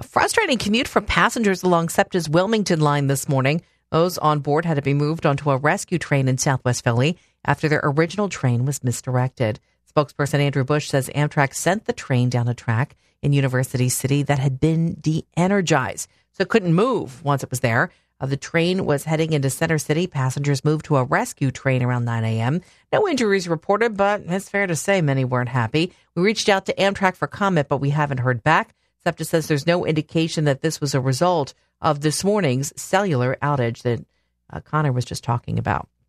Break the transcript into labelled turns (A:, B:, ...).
A: A frustrating commute for passengers along SEPTA's Wilmington line this morning. Those on board had to be moved onto a rescue train in Southwest Philly after their original train was misdirected. Spokesperson Andrew Bush says Amtrak sent the train down a track in University City that had been de energized, so it couldn't move once it was there. Uh, the train was heading into Center City. Passengers moved to a rescue train around 9 a.m. No injuries reported, but it's fair to say many weren't happy. We reached out to Amtrak for comment, but we haven't heard back. SEPTA says there's no indication that this was a result of this morning's cellular outage that uh, Connor was just talking about.
B: Mm,